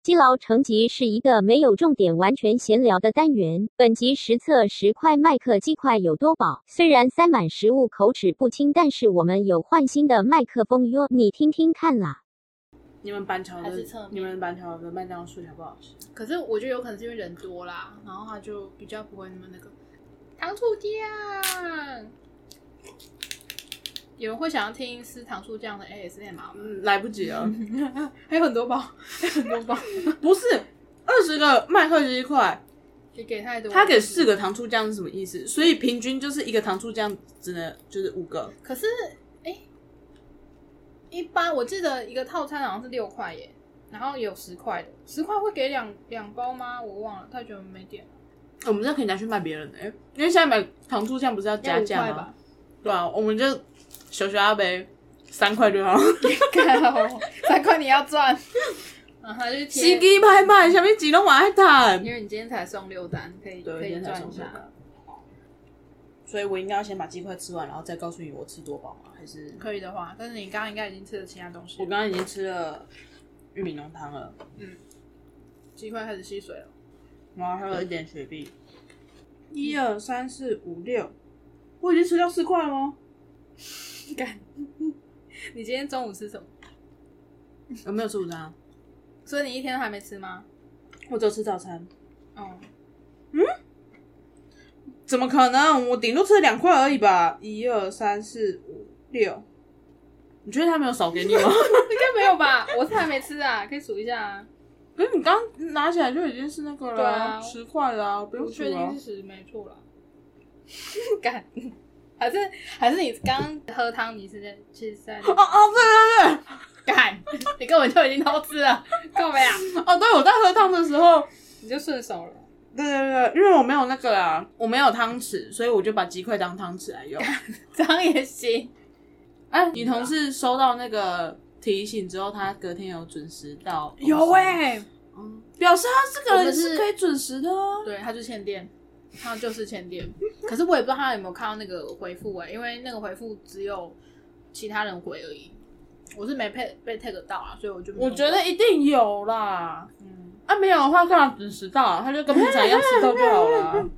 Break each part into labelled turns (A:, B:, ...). A: 积劳成疾是一个没有重点、完全闲聊的单元。本集实测十块麦克鸡块有多饱。虽然塞满食物口齿不清，但是我们有换新的麦克风哟，你听听看啦。
B: 你们板桥
C: 还
B: 的
C: 是侧面
B: 你们板桥的麦当劳薯条不好吃，
C: 可是我觉得有可能是因为人多啦，然后他就比较不会那么那个。糖醋酱，有人会想要听吃糖醋酱的 ASMR 吗？
B: 嗯，来不及 了。
C: 还有很多包， 还有很多包，
B: 不是二十个麦克鸡块，
C: 你给太多。
B: 他给四，个糖醋酱是什么意思？所以平均就是一个糖醋酱只能就是五个，
C: 可是哎、一般我记得一个套餐好像是六块耶，然后有十块的，十块会给两两包吗？我忘了，太久没点了，
B: 我们这可以拿去卖别人的、欸，因为现在买糖醋酱不是要加
C: 要五
B: 价
C: 块
B: 吗
C: 吧？？
B: 对啊，我们就小小阿杯三块就好，
C: 靠，三块你要赚，然后他就
B: 鸡
C: 贴，
B: 鸡拍卖，下面几拢马爱谈
C: 因，为你今天才送六单，可以可
B: 对，
C: 以
B: 今天才
C: 赚一
B: 送这
C: 下，
B: 个。所以我应该要先把鸡块吃完，然后再告诉你我吃多饱吗？还是
C: 可以的话，但是你刚刚应该已经吃了其他东西了，
B: 我刚刚已经吃了玉米浓汤了，
C: 鸡块开始吸水了，
B: 然后还有一点雪碧。一二三四五六，我已经吃掉四块了吗？
C: 干，你今天中午吃什么？
B: 我没有吃午餐啊，
C: 所以你一天都还没吃吗？
B: 我只有吃早餐。
C: 哦，
B: 怎么可能？我顶多吃了两块而已吧。一二三四五六，你觉得他没有少给你 吗？
C: 应该没有吧？ 我是还没吃啊，可以数一下啊，
B: 可是你刚拿起来就已经是那个
C: 对
B: 了，
C: 啊
B: 十块了啊，不用
C: 我
B: 数
C: 确定
B: 了
C: 是。十没错啦， 干。还是还是你刚刚喝汤，你是在其实是在那
B: 哦哦，对对对，
C: 干， 你根本就已经偷吃 了，够没啊？
B: 哦对，我在喝汤的时候，
C: 你就顺 手了。
B: 对对对，因为我没有那个啦，我没有汤匙，所以我就把鸡块当汤匙来用。
C: 这样也行。
B: 哎，你同事收到那个提醒之后，他隔天有准时到公司？
C: 喂，
B: 嗯表示他这个
C: 我
B: 人
C: 们是
B: 是可以准时的啊。
C: 对，他就欠电，他就是欠电。可是我也不知道他有没有看到那个回复哎、因为那个回复只有其他人回而已，我是没被被 tag 到啊，所以我就没有
B: 我觉得一定有啦。
C: 嗯，
B: 啊，没有的话，干嘛准时到啊？他就跟平常一样迟到就好了。啊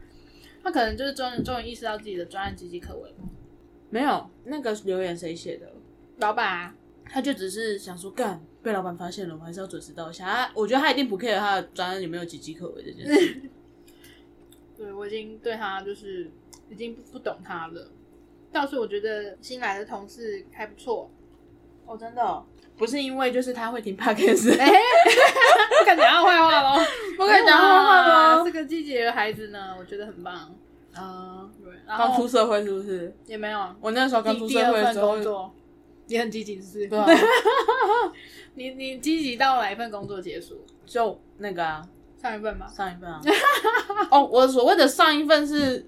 C: 他可能就是终终于意识到自己的专案岌岌可危。
B: 没有，那个留言谁写的？
C: 老板、啊，
B: 他就只是想说，干被老板发现了，我还是要准时到一下。他我觉得他一定不 care 他的专案有没有岌岌可危这件 事。
C: 对我已经对他就是已经不不懂他了。倒是我觉得新来的同事还不错，
B: 哦，真的、不是因为就是他会听 podcast，
C: 哎、不敢讲他坏话喽，
B: 不可以讲他坏话
C: 哇
B: 吗？
C: 这个季节的孩子呢，我觉得很棒。
B: 啊，
C: 对，然
B: 刚出
C: 后
B: 社会是不是？
C: 也没有啊
B: 我那时候刚
C: 第
B: 出
C: 第
B: 社
C: 二
B: 会的
C: 份
B: 时候
C: 工，作也很积极，是
B: 对啊
C: 吧？，你你积极到哪一份工作结束？
B: 就那个啊，
C: 上一份吗？
B: 上一份 啊。哦，我所谓的上一份是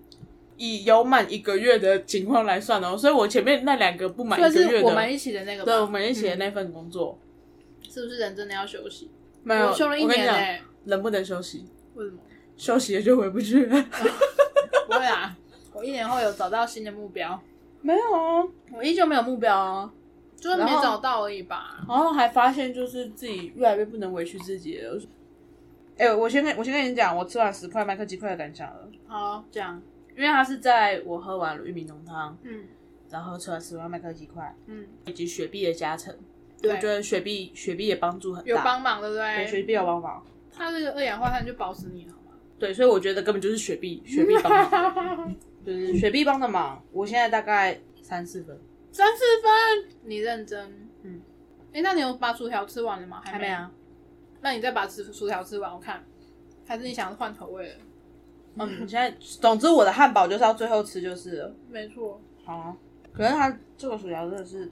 B: 以有满一个月的情况来算哦，所以我前面那两个不满
C: 所以
B: 一个月
C: 是
B: 的，
C: 我们一起的那个吧，嗯
B: 对，我们一起的那份工作，
C: 是不是人真的要休息？
B: 没有，
C: 我休了一
B: 啊我跟你
C: 年
B: 讲，
C: 嘞，
B: 人不能休息，
C: 为什么？
B: 休息了就回不去了。
C: 不会啊，我一年后有找到新的目标，
B: 没有啊，我依旧没有目标啊。
C: 哦就是没
B: 然后
C: 找到而已吧。
B: 然后还发现就是自己越来越不能委屈自己了。哎、我先跟我先跟你讲，我吃完十块麦克鸡块的感想了，
C: 好，这样，
B: 因为它是在我喝完玉米浓汤，
C: 嗯
B: 然后吃完十块麦克鸡块，
C: 嗯，
B: 以及雪碧的加成，我觉
C: 对，
B: 得雪碧雪碧也帮助很大，
C: 有帮忙，对不
B: 对雪
C: 对？
B: 碧有帮忙，
C: 它这个二氧化碳就保死你了，好吗？
B: 对，所以我觉得根本就是雪 碧雪碧帮忙，就是雪碧帮的忙。我现在大概三四分，
C: 三四分，你认真。
B: 嗯
C: 嗯，哎、那你有把薯条吃完了吗？还没。
B: 啊。
C: 那你再把薯薯条吃完，我看。还是你想换口味了？
B: 嗯，现在总之我的汉堡就是要最后吃就是了。
C: 没错，
B: 好、啊，可是它这个薯条真的是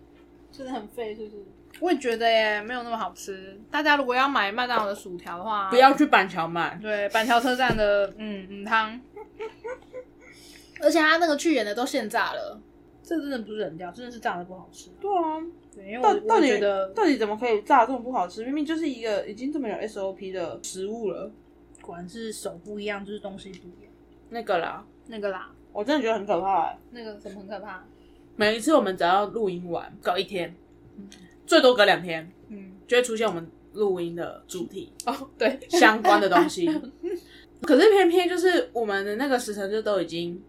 C: 真的很费，是不是？我也觉得耶，没有那么好吃。大家如果要买麦当劳的薯条的话，
B: 不要去板桥买，
C: 对板桥车站的嗯嗯汤， 而且它那个去盐的都现炸了，这真的不是人料，真的是炸的不好吃。
B: 对啊，
C: 对，因为
B: 到
C: 我
B: 到
C: 我
B: 底
C: 觉得
B: 到底怎么可以炸这么不好吃？明明就是一个已经这么有 SOP 的食物了。
C: 果然是手不一样，就是东西不一样。
B: 那个啦，
C: 那个啦，
B: 我真的觉得很可怕、欸。
C: 那个什么很可怕。
B: 每一次我们只要录音完搞一天，最多隔两天
C: 嗯，
B: 就会出现我们录音的主题
C: 哦，对，
B: 相关的东西。可是偏偏就是我们的那个时辰就都已经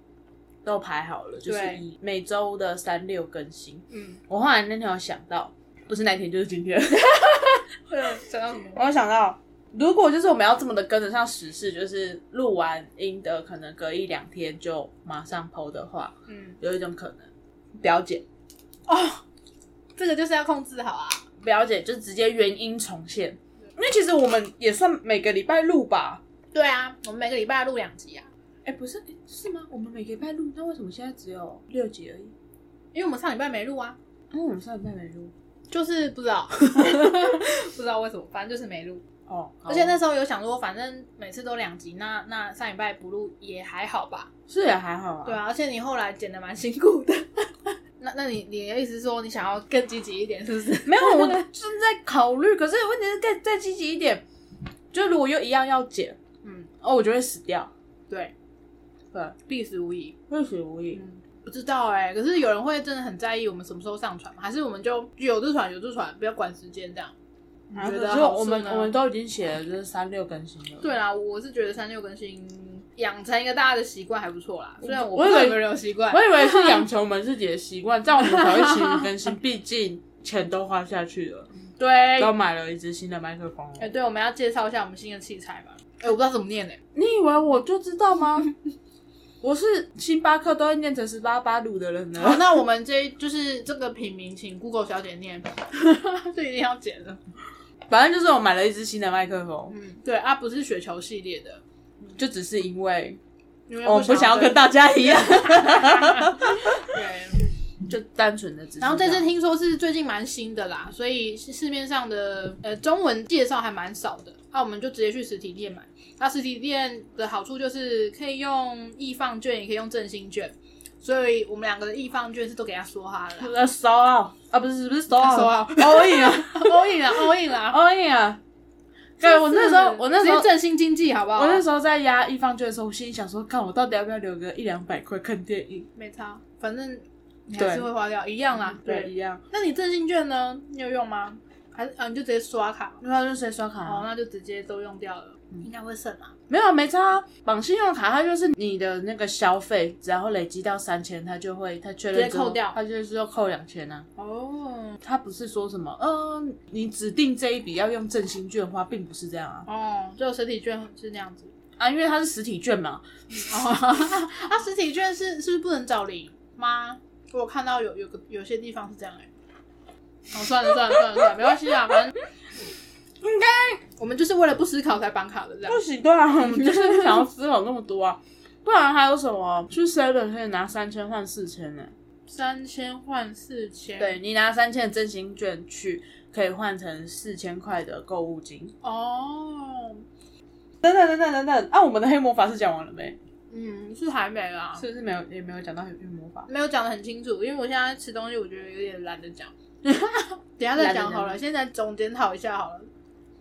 B: 都排好了，就是
C: 对
B: 以每周的三六更新。
C: 嗯，
B: 我后来那天有想到，不是那天就是今天，
C: 想到什么？
B: 我有想到， 如果就是我们要这么的跟得上时事，就是录完音的可能隔一两天就马上 PO 的话，
C: 嗯，
B: 有一种可能，表姐
C: 这个就是要控制好啊。
B: 表姐就直接原音重现，因为其实我们也算每个礼拜录吧。
C: 对啊，我们每个礼拜录两集啊，
B: 哎、不是是吗？我们每个礼拜录，那为什么现在只有六集而已？
C: 因为我们上礼拜没录啊，
B: 因为我们上礼拜没录。
C: 就是不 知道，不知道为什么，反正就是没录。
B: 哦，好
C: 而且那时候有想说，反正每次都两集，那那上礼拜不录也还好吧？
B: 是也还好啊。
C: 对啊，而且你后来剪的蛮辛苦的。 那那你你的意思是说你想要更积极一点，是不 是？
B: 没有，啊我正在考虑。可是问题是再再积极一点，就如果又一样要剪，
C: 嗯，
B: 哦，我就会死掉。
C: 对，
B: 对，
C: 必死无疑。
B: 会死无疑。
C: 嗯，不知道哎、可是有人会真的很在意我们什么时候上传吗？还是我们就有就传有就传，不要管时间这样？你
B: 啊
C: 觉
B: 可
C: 得
B: 是
C: 好
B: 我们
C: 顺啊
B: 我们都已经写了，就是三六更新了。
C: 对啦，我是觉得三六更新养成一个大家的习惯还不错啦，虽然我
B: 我
C: 不知道
B: 以为
C: 有没有人有习惯
B: 我。以为是养成我们自己的习惯，这样我们才会勤于更 新。毕竟钱都花下去了，
C: 对，哎、
B: 都买了一支新的麦克风哦了。
C: 对，我们要介绍一下我们新的器材吧。哎、我不知道怎么念呢、
B: 你以为我就知道 吗？我是星巴克都会念成十八八鲁的人呢。
C: 好，那我们这一就是这个品名，请 Google 小姐念， 这一定要剪的。
B: 反正就是我买了一支新的麦克风，
C: 嗯，对啊，不是雪球系列的，
B: 就只是因为
C: 因为
B: 我不想要跟
C: 大
B: 大家一样，
C: 对。
B: 就单纯的只是样。
C: 然后这次听说是最近蛮新的啦，所以市市面上的呃中文介绍还蛮少的，那、我们就直接去实体店买。那实体店的好处就是可以用易放券，也可以用振兴券，所以我们两个的易放券是都给他说哈 了啦。
B: 呃收啊啊不是不是收啊
C: 收啊
B: ，all in 啊
C: all in 啦，all in 啦！
B: all in 啊。对我那时候我那时候
C: 直接振兴经济好不好？
B: 我那时
C: 候
B: 候在压一方券的时候，我心里想说，看我到底要不要留个一两百块看电影？
C: 没差，嗯反正你还是
B: 对
C: 会花掉，一样啦。
B: 一，样。
C: 那你振兴券呢？你有用吗？还是啊你就直接刷卡？
B: 那他就谁刷卡、啊
C: 哦，那就直接都用掉了，应该会省啊。
B: 没有没差、啊，绑信用卡它就是你的那个消费，只要累积到三千，它就会它确认
C: 直接扣掉
B: 它就是要扣两千啊。
C: 哦
B: 它不是说什么，嗯、你指定这一笔要用振兴券花，并不是这样啊
C: 哦，就实体券是那样子。
B: 啊，因为它是实体券嘛，
C: 哦， 啊，实体券是是不是不能找零吗？我有看到有有个有些地方是这样哎、哦，算了算了算了算了，没关系啊，反正
B: 应该
C: 我们就是为了不思考才绑卡的这样
B: 不。习惯啊，我们就是不想要思考那么多啊，不然还有什么去 seven 可以拿三千换四千呢？
C: 三千换四千，
B: 对你拿三千的真心券去，可以换成四千块的购物金。
C: 哦，
B: 等等等等等等，啊，我们的黑魔法是讲完了没？
C: 嗯，是还没啦，
B: 是不是没有也没有讲到黑魔法？
C: 没有讲的很清楚，因为我现在吃东西，我觉得有点懒 得讲，等一下再讲好了，现在总检讨一下好了。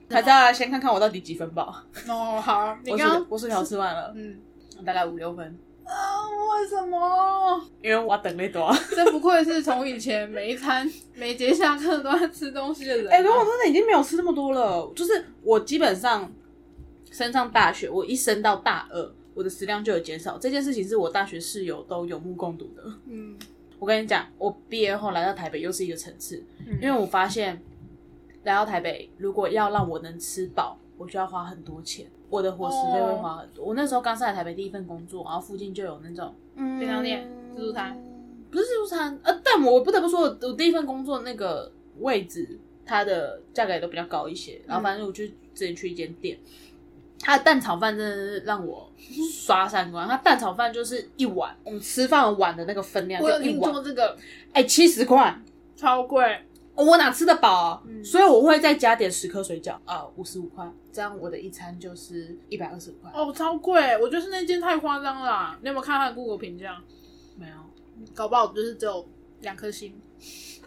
B: 大家先看看我到底几分饱。
C: 哦，好，你
B: 我
C: 刚
B: 薯
C: 刚
B: 我薯条吃完了，
C: 嗯
B: 大概五六分，
C: 啊，为什么？
B: 因为我等那多。啊
C: 真不愧是从以前每一餐 每节下课都在吃东西的人、啊
B: 哎、可是我真的已经没有吃那么多了，就是我基本上升上大学，我一升到大二，我的食量就有减少。这件事情是我大学室友都有目共睹的。
C: 嗯，
B: 我跟你讲，我毕业后来到台北又是一个层次，
C: 嗯
B: 因为我发现来到台北，如果要让我能吃饱，我就要花很多钱，我的伙食费
C: 哦
B: 会花很多。我那时候刚上来台北第一份工作，然后附近就有那种嗯
C: 便当店自助餐，
B: 不是自助餐，呃，但我不得不说，我我第一份工作那个位置，它的价格也都比较高一些。然后反正我就之前去一间店，它的蛋炒饭真的是让我刷三观。它蛋炒饭就是一碗，我们吃饭碗的那个分量
C: 我有
B: 就一
C: 听
B: 碗
C: 说，这个
B: 哎，七十块。
C: 超贵，
B: 哦我哪吃得饱啊？
C: 嗯
B: 所以我会再加点十颗水饺，啊，五十五块，这样我的一餐就是一百二十块。
C: 哦，超贵，我就是那件太夸张啦。你有没有看他的 Google 评价？
B: 没 有，
C: 搞不好就是只有两颗星。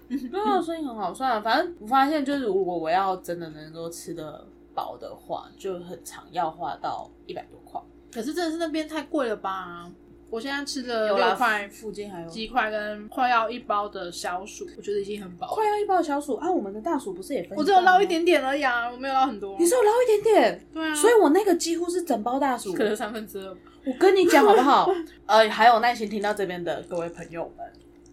B: 没有，所以很好算啊。反正我发现，就是如果我要真的能够吃得饱的话，就很常要花到一百多块。
C: 可是真的是那边太贵了吧？我现在吃了
B: 有
C: 六
B: 啦，
C: 块
B: 附近还有
C: 鸡块跟快要一包的小薯，我觉得已经很饱了。
B: 快要一包的小薯啊！我们的大薯不是也分？
C: 我只有捞一，点点而已啊，我没有捞很多。
B: 你是有捞一点点，
C: 对啊，
B: 所以我那个几乎是整包大薯。
C: 可能三分之二吧。
B: 我跟你讲好不 好？呃，还有耐心听到这边的各位朋友们，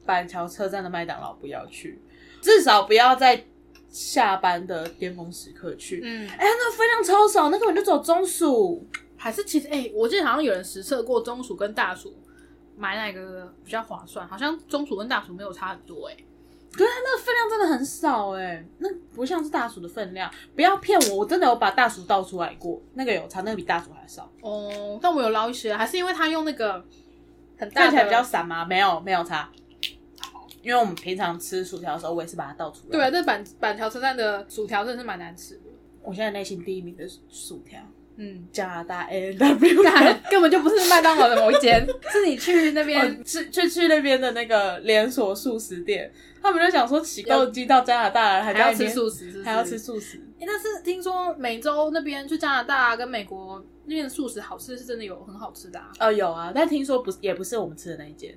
B: 板桥车站的麦当劳不要去，至少不要在下班的巅峰时刻去。
C: 嗯，
B: 哎、那个分量超少，那根本就走中薯。
C: 还是其实哎、我记得好像有人实测过中薯跟大薯买哪个比较划算，好像中薯跟大薯没有差很多哎、
B: 可是它那个分量真的很少哎、那不像是大薯的分量。不要骗我，我真的有把大薯倒出来过，那个有差，那个比大薯还少，
C: 哦，但我有捞一些，还是因为他用那个很大
B: 看
C: 的
B: 起来比较散吗？没有，没有差。因为我们平常吃薯条的时候，我也是把它倒出来。
C: 对啊，，这板板桥车站的薯条真的是蛮难吃的。
B: 我现在内心第一名的是薯条，
C: 嗯，
B: 加拿大 A W，
C: 干嗯 根本就不是麦当劳的某一间， 是你去那边。
B: 去去去那边的那个连锁素食店，他们就想说起豆机到加拿大了，还
C: 还
B: 在
C: 要
B: 那
C: 吃
B: 边
C: 素食，是不是
B: 还要吃素食，
C: 欸但是听说美洲那边去加拿大跟美国那边的素食好吃是真的有很好吃的、啊。
B: 呃，有啊，但听说不是也不是我们吃的那一间，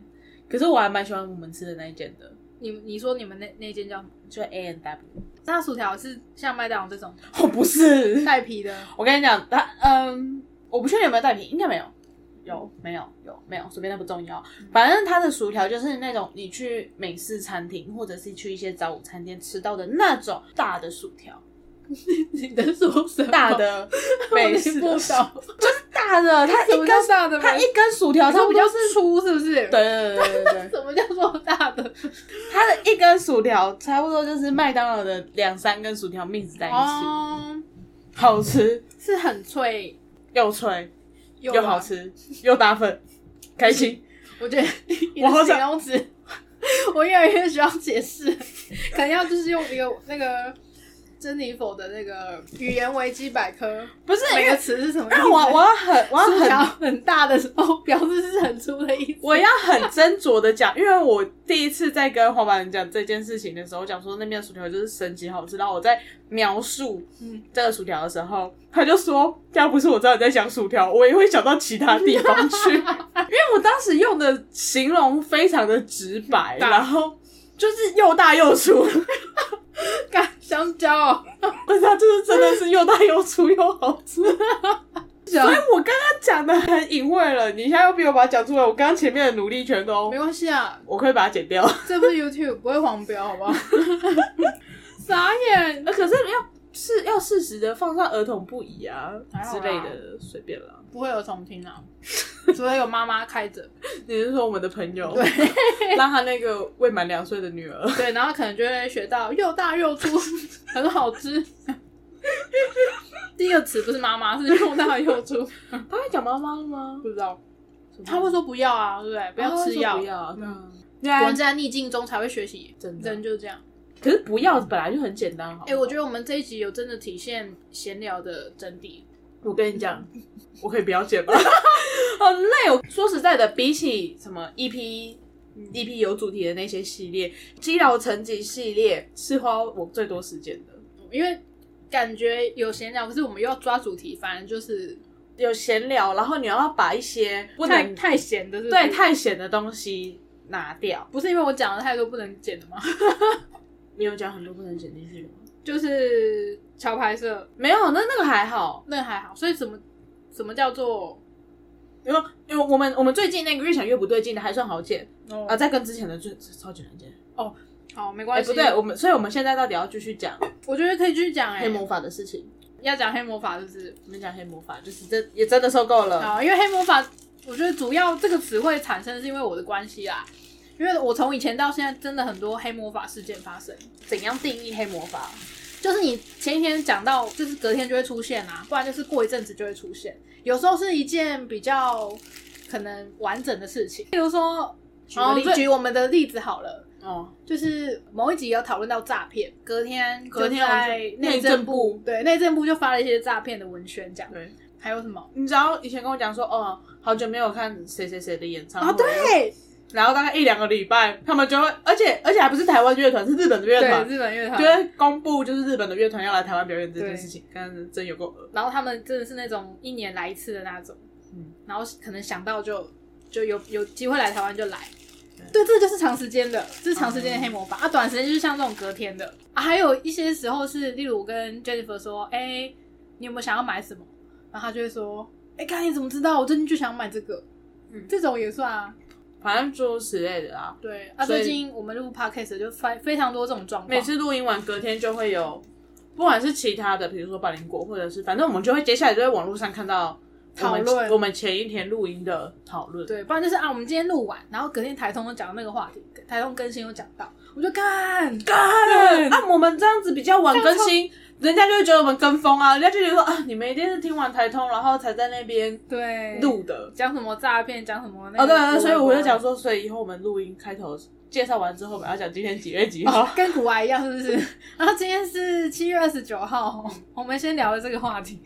B: 可是我还蛮喜欢我们吃的那一间的，
C: 你你说你们那那间叫什么？
B: 就 A N W。
C: 那薯条是像麦当劳这种
B: 哦，不是，
C: 带皮的，
B: 我跟你讲，他嗯，我不确定有没有带皮，应该没有，有没有有没有，随便那不重要。反正它的薯条就是那种你去美式餐厅或者是去一些早午餐店吃到的那种大的薯条，
C: 你在说什么？
B: 大的美式
C: 不
B: 的
C: 懂，
B: 大的，它
C: 什
B: 一
C: 么
B: 根
C: 叫大的？
B: 它一根薯条
C: 它
B: 差不
C: 比
B: 多
C: 较
B: 是，
C: 粗，是不是？
B: 对。对对对对对，
C: 什么叫做大的？
B: 它的一根薯条差不多就是麦当劳的两三根薯条 mix 在一起，
C: 哦，
B: 好吃
C: 是很脆
B: 又脆
C: 又
B: 又好。吃又搭粉，开心。
C: 我觉得你
B: 我好
C: 的
B: 想
C: 形容词， 我越来越需要解释，可能要就是用一个那个珍妮佛的那个语言维基百科，
B: 不是
C: 每
B: 因
C: 个
B: 为
C: 词是什么意
B: 因
C: 思？
B: 为 我我要很我要
C: 薯条
B: 很
C: 很大的时候， 表示是很粗的意思。
B: 我要很斟酌的讲，因为我第一次在跟黄板讲这件事情的时候，讲说那边的薯条就是神奇好吃，然后我在描述
C: 嗯
B: 这个薯条的时候，他就说要不是我知道你在讲薯条，我也会想到其他地方去，因为我当时用的形容非常的直白，
C: 大
B: 然后。就是又大又粗，
C: 干香蕉哦，
B: 但是它就是真的是又大又粗又好吃。
C: 香
B: 哎，我刚刚讲的很隐晦了，你现在又逼我把它讲出来，我刚刚前面的努力全都
C: 没关系啊，
B: 我可以把它剪掉。
C: 这不是 YouTube 不会黄标，好不 好？傻眼
B: 那，呃可是要是要适时的放上儿童不宜啊
C: 还好
B: 之
C: 啦
B: 类的，随便啦。
C: 不会有重听啊，除非有妈妈开着。
B: 你是说我们的朋友，
C: 对
B: 让他那个未满两岁的女儿？
C: 对，然后可能就会学到又大又粗， 很好吃。第一个词不是妈妈，是又大又粗，
B: 他会讲妈妈了吗
C: 不？知道。他
B: 他
C: 会
B: 会说
C: 说不要啊，对不对？不
B: 不
C: 要吃药，
B: 不要。
C: 嗯
B: 对
C: 果
B: 啊
C: 然，在逆境中才会学习，
B: 真的
C: 人就是这样。
B: 可是不要本来就很简单，好不好。
C: 哎、我觉得我们这一集有真的体现闲聊的真谛。
B: 我跟你讲， 我可以不要剪吗？ 好累哦。说实在的，比起什么 E EP。EP 有主题的那些系列，基佬成绩系列是花我最多时间的。
C: 因为感觉有闲聊，可是我们又要抓主题，反正就是
B: 有闲聊，然后你要把一些不
C: 太
B: 能
C: 太闲的是不是
B: 对太闲的东西拿掉。
C: 不是因为我讲了太多不能剪的吗？
B: 你有讲很多不能剪进去的吗？
C: 就是桥牌社
B: 没有，那那个还好，
C: 那还好，所以怎么怎么叫做
B: 因为因为我们我们最近那个越想越不对劲的还算好剪
C: 哦、
B: 啊，在跟之前的最超级难剪。
C: 好没
B: 哎、
C: 关系、
B: 不对，我们所以我们现在到底要继续讲
C: 我觉得可以继续讲哎、
B: 黑魔法的事情？
C: 要讲黑魔法是不是？
B: 我们讲黑魔法，就是这也真的受够了。
C: 啊，因为黑魔法，我觉得主要这个词汇产生是因为我的关系啦，因为我从以前到现在真的很多黑魔法事件发生，
B: 怎样定义黑魔法？
C: 就是你前一天讲到，就是隔天就会出现啊，不然就是过一阵子就会出现。有时候是一件比较可能完整的事情，比如说，
B: 举个例
C: 哦举我们的例子好了。
B: 哦，
C: 就是某一集有讨论到诈骗，隔天
B: 隔天
C: 就在
B: 我们
C: 内
B: 内
C: 政
B: 政
C: 部嗯
B: 部
C: 对内政部就发了一些诈骗的文宣，这样
B: 对，
C: 还有什么
B: 你只要以前跟我讲说，哦，好久没有看谁谁谁的演唱会
C: 啊？对，
B: 然后大概一两个礼拜，他们就会，而且而且还不是台湾乐团，是日本的乐
C: 对
B: 团，
C: 日本乐团，
B: 就会公布就是日本的乐团要来台湾表演这件事情，刚刚真有够恶。
C: 然后他们真的是那种一年来一次的那种，
B: 嗯
C: 然后可能想到就就有有机会来台湾就来。对，这就是长时间的，这是长时间的黑魔
B: 哦
C: 法、啊。短时间就是像这种隔天的啊，还有一些时候是，例如我跟 Jennifer 说，哎、你有没有想要买什么？然后他就会说，哎、看你怎么知道？我最近就想买这个。
B: 嗯
C: 这种也算啊，
B: 反正诸如此类的啊。
C: 对啊。
B: 所以
C: 最近我们录 podcast 就非非常多这种状况，
B: 每次录音完，隔天就会有，不管是其他的，比如说百灵果，或者是反正我们就会接下来就在网络上看到我们
C: 讨论
B: 我们前一天录音的讨论。
C: 对，不然就是啊，我们今天录完，然后隔天台通有讲到那个话题，台通更新有讲到，我就干
B: 干啊，我们这样子比较晚更新，人家就会觉得我们跟风啊，人家就觉得说啊，你们一定是听完台通，然后才在那边
C: 对
B: 录的。
C: 讲什么诈骗，讲什么那
B: 哦，
C: 个
B: 对对，所以我就讲
C: 说。
B: 说，所以以后我们录音开头介绍完之后，我们要讲今天几月几号
C: 哦，。跟古玩一样，是不 是？然后今天是七月二十九号， 我们先聊了这个话题。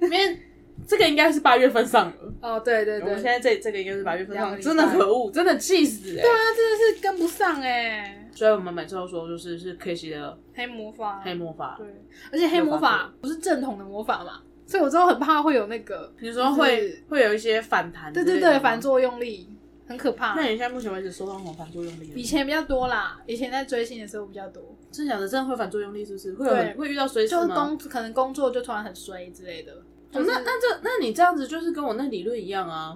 B: 因为这个应该是八月份上了，
C: 哦，对对
B: 我
C: 对，
B: 们现在这这个应该是八月份上
C: 两个
B: 了，
C: 礼拜
B: 真的可恶，真的气死哎、
C: 他啊真的是跟不上哎、
B: 所以我们每次都说，就是是 K C 的
C: 黑魔法，
B: 黑魔法
C: 对，，而且黑魔法不是正统的魔法嘛，所以我之后很怕会有那个，
B: 你说会会有一些反弹，
C: 对对对，反。作用力很可怕
B: 那。你现在目前为止收到什么反作用力了？
C: 以前比较多啦，以前在追星的时候比较多，
B: 真的假的？真的会反作用力，是不是？会有
C: 对
B: 会遇到随时
C: 就是
B: 吗？
C: 工可能工作就突然很衰之类的，
B: 哦
C: 就、是嗯
B: 那那这那你这样子就是跟我那理论一样啊，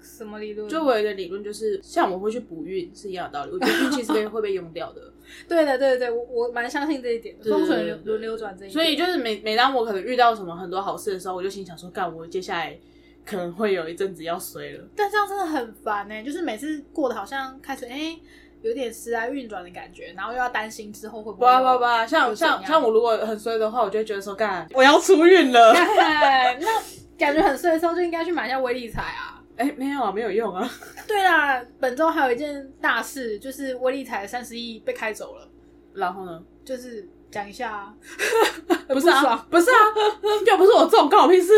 C: 什么理论？
B: 就我有一个理论就是，像我会去补运是一样的道理，我觉得运气是被 会被用掉的，
C: 对的对的对，我我蛮相信这一点的，
B: 对
C: 风水
B: 对对
C: 轮轮流转这一点，
B: 所以就是每每当我可能遇到什么很多好事的时候，我就心想说，干我接下来可能会有一阵子要衰了，
C: 但这样真的很烦呢、就是每次过得好像开始哎、诶有点时来运转的感觉，然后又要担心之后会不
B: 不
C: 会有
B: 不不，像
C: 又怎样
B: 像像我如果很衰的话，我就会觉得说，干我要出运了，
C: 干 那感觉很衰的时候就应该去买一下微理财啊。
B: 哎、没有啊，没有用啊，
C: 对啦，本周还有一件大事，就是微理财三十亿被开走了，
B: 然后呢？
C: 就是讲一下、啊，
B: 不是
C: 不
B: 啊
C: 爽，
B: 不是啊，又不是我中，关我屁事。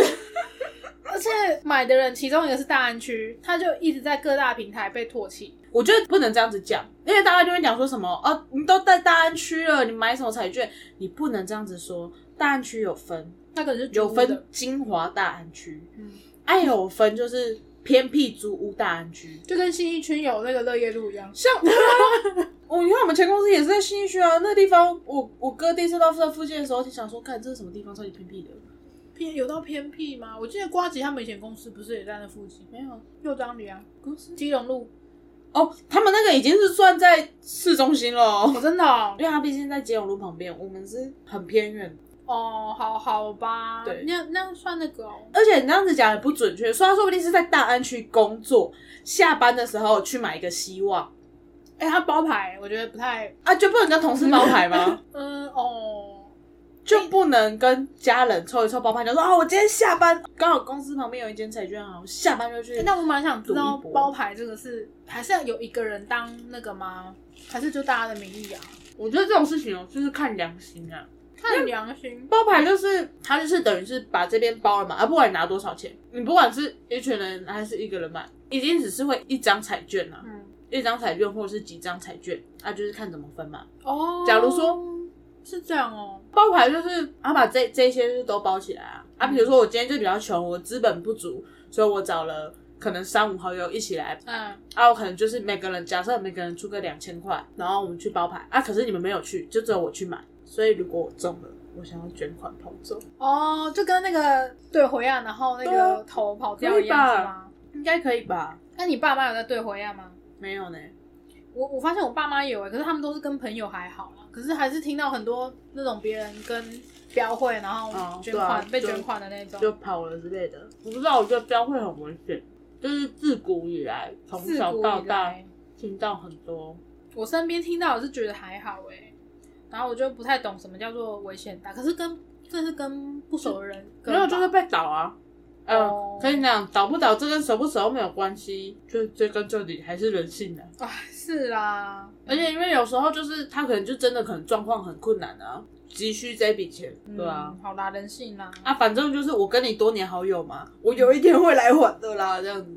C: 而且买的人其中一个是大安区，他就一直在各大平台被唾弃。
B: 我觉得不能这样子讲，因为大家就会讲说什么哦，你都在大安区了，你买什么彩券？你不能这样子说，大安区有分，
C: 那个人是
B: 有
C: 租屋的
B: 分，金华大安区，
C: 嗯，
B: 哎，有分就是偏僻租屋大安区。
C: 就跟新一区有那个乐业路一样，
B: 像啊我，你看我们前公司也是在新一区啊，那个地方我我哥第一次到这附近的时候，就想说，看这是什么地方，超级偏僻的。
C: 偏有到偏僻吗？我记得瓜吉他们以前公司不是也在那附近，
B: 没有啊
C: 六张里啊，
B: 公司
C: 基隆路，
B: 哦，他们那个已经是算在市中心了哦、
C: 我、真的哦
B: 因为它毕竟在基隆路旁边，我们是很偏远的。
C: 哦，好好吧，
B: 对
C: 那那算那个哦，
B: 而且你这样子讲也不准确，虽然说不定是在大安区工作，下班的时候去买一个希望
C: 哎、他包牌，我觉得不太，
B: 啊，就不能跟同事包牌吗？
C: 嗯哦，
B: 就不能跟家人凑一凑包牌，就说啊，我今天下班刚好公司旁边有一间彩券行，我下班就去。
C: 哎那我蛮想知道
B: 赌一搏
C: 包牌这个是还是要有一个人当那个吗？还是就大家的名义啊？
B: 我觉得这种事情哦，就是看良心啊。
C: 看良心，
B: 包牌就是它就是等于是把这边包了嘛，啊，不管你拿多少钱，你不管是一群人还是一个人买，已经只是会一张彩券啊，
C: 嗯，
B: 一张彩券或者是几张彩券，啊，就是看怎么分嘛。
C: 哦，
B: 假如说
C: 是这样哦，
B: 包牌就是啊，把这这些就是都包起来啊啊，
C: 嗯
B: 比如说我今天就比较穷，我资本不足，所以我找了可能三五好友一起来
C: 嗯，
B: 啊，我可能就是每个人假设每个人出个两千块，然后我们去包牌啊，可是你们没有去，就只有我去买，所以如果我中了，我想要卷款跑走，
C: 哦，就跟那个对回啊，然后那
B: 对啊
C: 个头跑掉一样
B: 可以吧
C: 是吗？
B: 应该可以吧？
C: 那你爸妈有在对回啊吗？
B: 没有呢，
C: 我我发现我爸妈有哎、可是他们都是跟朋友还好啦，可是还是听到很多那种别人跟标会，然
B: 哦
C: 后卷
B: 对啊
C: 款、被
B: 就
C: 卷款的那种，
B: 就跑了之类的。我不知道，我觉得标会很危险，就是自古以来从
C: 自
B: 小
C: 古
B: 到
C: 以
B: 大
C: 来
B: 听到很多，
C: 我身边听到我是觉得还好哎、然后我就不太懂什么叫做危险大，可是跟这是跟不熟的人跟
B: 没有
C: 吧
B: 就是被倒啊。
C: 哦
B: 嗯，跟你讲，倒不倒这跟熟不熟没有关系，就追根究底还是人性的、
C: 哎是啦，
B: 而且因为有时候就是他可能就真的可能状况很困难啊，急需这笔钱，对啊。
C: 嗯，好啦，人性啦，
B: 啊，反正就是我跟你多年好友嘛，我有一天会来还的啦，这样子。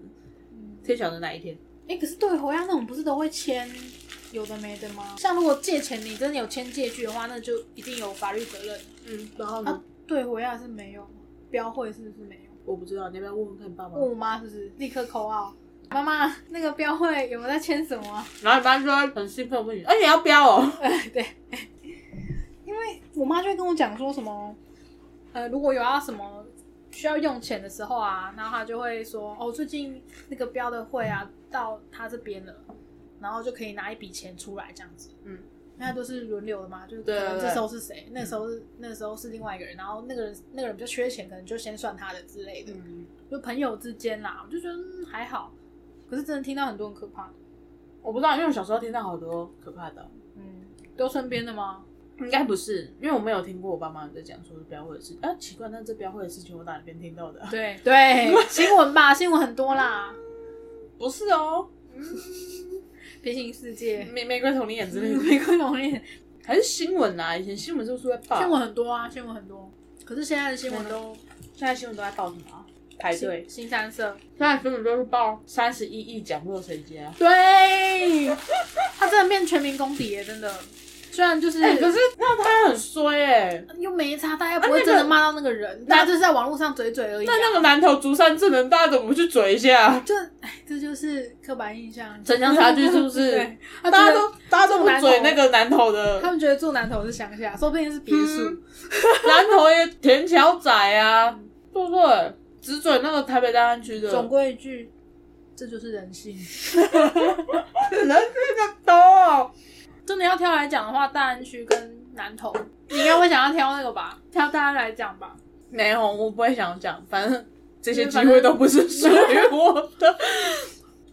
C: 嗯
B: 天晓得哪一天？
C: 哎、可是对回家那种不是都会签有的没的吗？像如果借钱你真的有签借据的话，那就一定有法律责任。
B: 嗯，然后呢？
C: 啊，对回家是没有吗，标会是不是没有？
B: 我不知道，你要不要问问看你爸妈？
C: 问我妈是不是立刻扣啊？妈妈，那个标会有没有在签什么啊、
B: 然后你妈就说很兴奋地问你，哎、你要标哦？
C: 对，因为我妈就会跟我讲说什么，呃，如果有要什么需要用钱的时候啊，然后她就会说，哦，最近那个标的会啊到她这边了，然后就可以拿一笔钱出来这样子，
B: 嗯。
C: 那都是轮流的嘛，就是可
B: 对
C: 能
B: 对
C: 这
B: 对
C: 时候是谁，那时候是那时候是另外一个人，然后那个人那个人比较缺钱，可能就先算他的之类的。
B: 嗯，
C: 就朋友之间啦，我就觉得、嗯、还好，可是真的听到很多很可怕的，
B: 我不知道，因为我小时候听到好多可怕的，
C: 嗯，都身边的吗？
B: 应该不是，因为我没有听过我爸妈在讲说是标会的事情。啊，奇怪，那这标会的事情我哪里边听到的？
C: 对对，新闻吧，新闻很多啦，
B: 不是哦，
C: 平行世界，
B: 玫玫瑰童林眼之 类的，
C: 玫瑰童恋，
B: 还是新闻啊？以前新闻是不是会报？
C: 新闻很多啊，新闻很多，可是现在的新闻都
B: 现在新闻都在报什么啊？排
C: 新
B: 队。
C: 新三色，
B: 现在新闻都是报三十一亿讲座谁接啊？
C: 对，他真的变全民公敌耶，真的，虽然就是。
B: 哎、可是那他很衰哎、
C: 又没差，大家
B: 啊
C: 不会
B: 那
C: 真的
B: 个
C: 骂到那个人，大家哎就是在网络上嘴嘴而已啊、
B: 那那个南投竹山智能，大家怎么不去嘴一下？
C: 就哎，这就是刻板印象，
B: 城乡差距是不是
C: 对，他
B: 大家
C: 觉得
B: 都大家都不嘴那啊个南投的，
C: 他们觉得住南头是乡下，说不定是别墅。
B: 嗯南投也田桥仔啊，对不对？只嘴那个台北大安区的，
C: 总归一句，这就是人性。
B: 人这个多。
C: 真的要挑来讲的话，大安区跟南头，你应该会想要挑那个吧？挑大安来讲吧。
B: 没有，我不会想讲，反正这些机会都不是属于我的。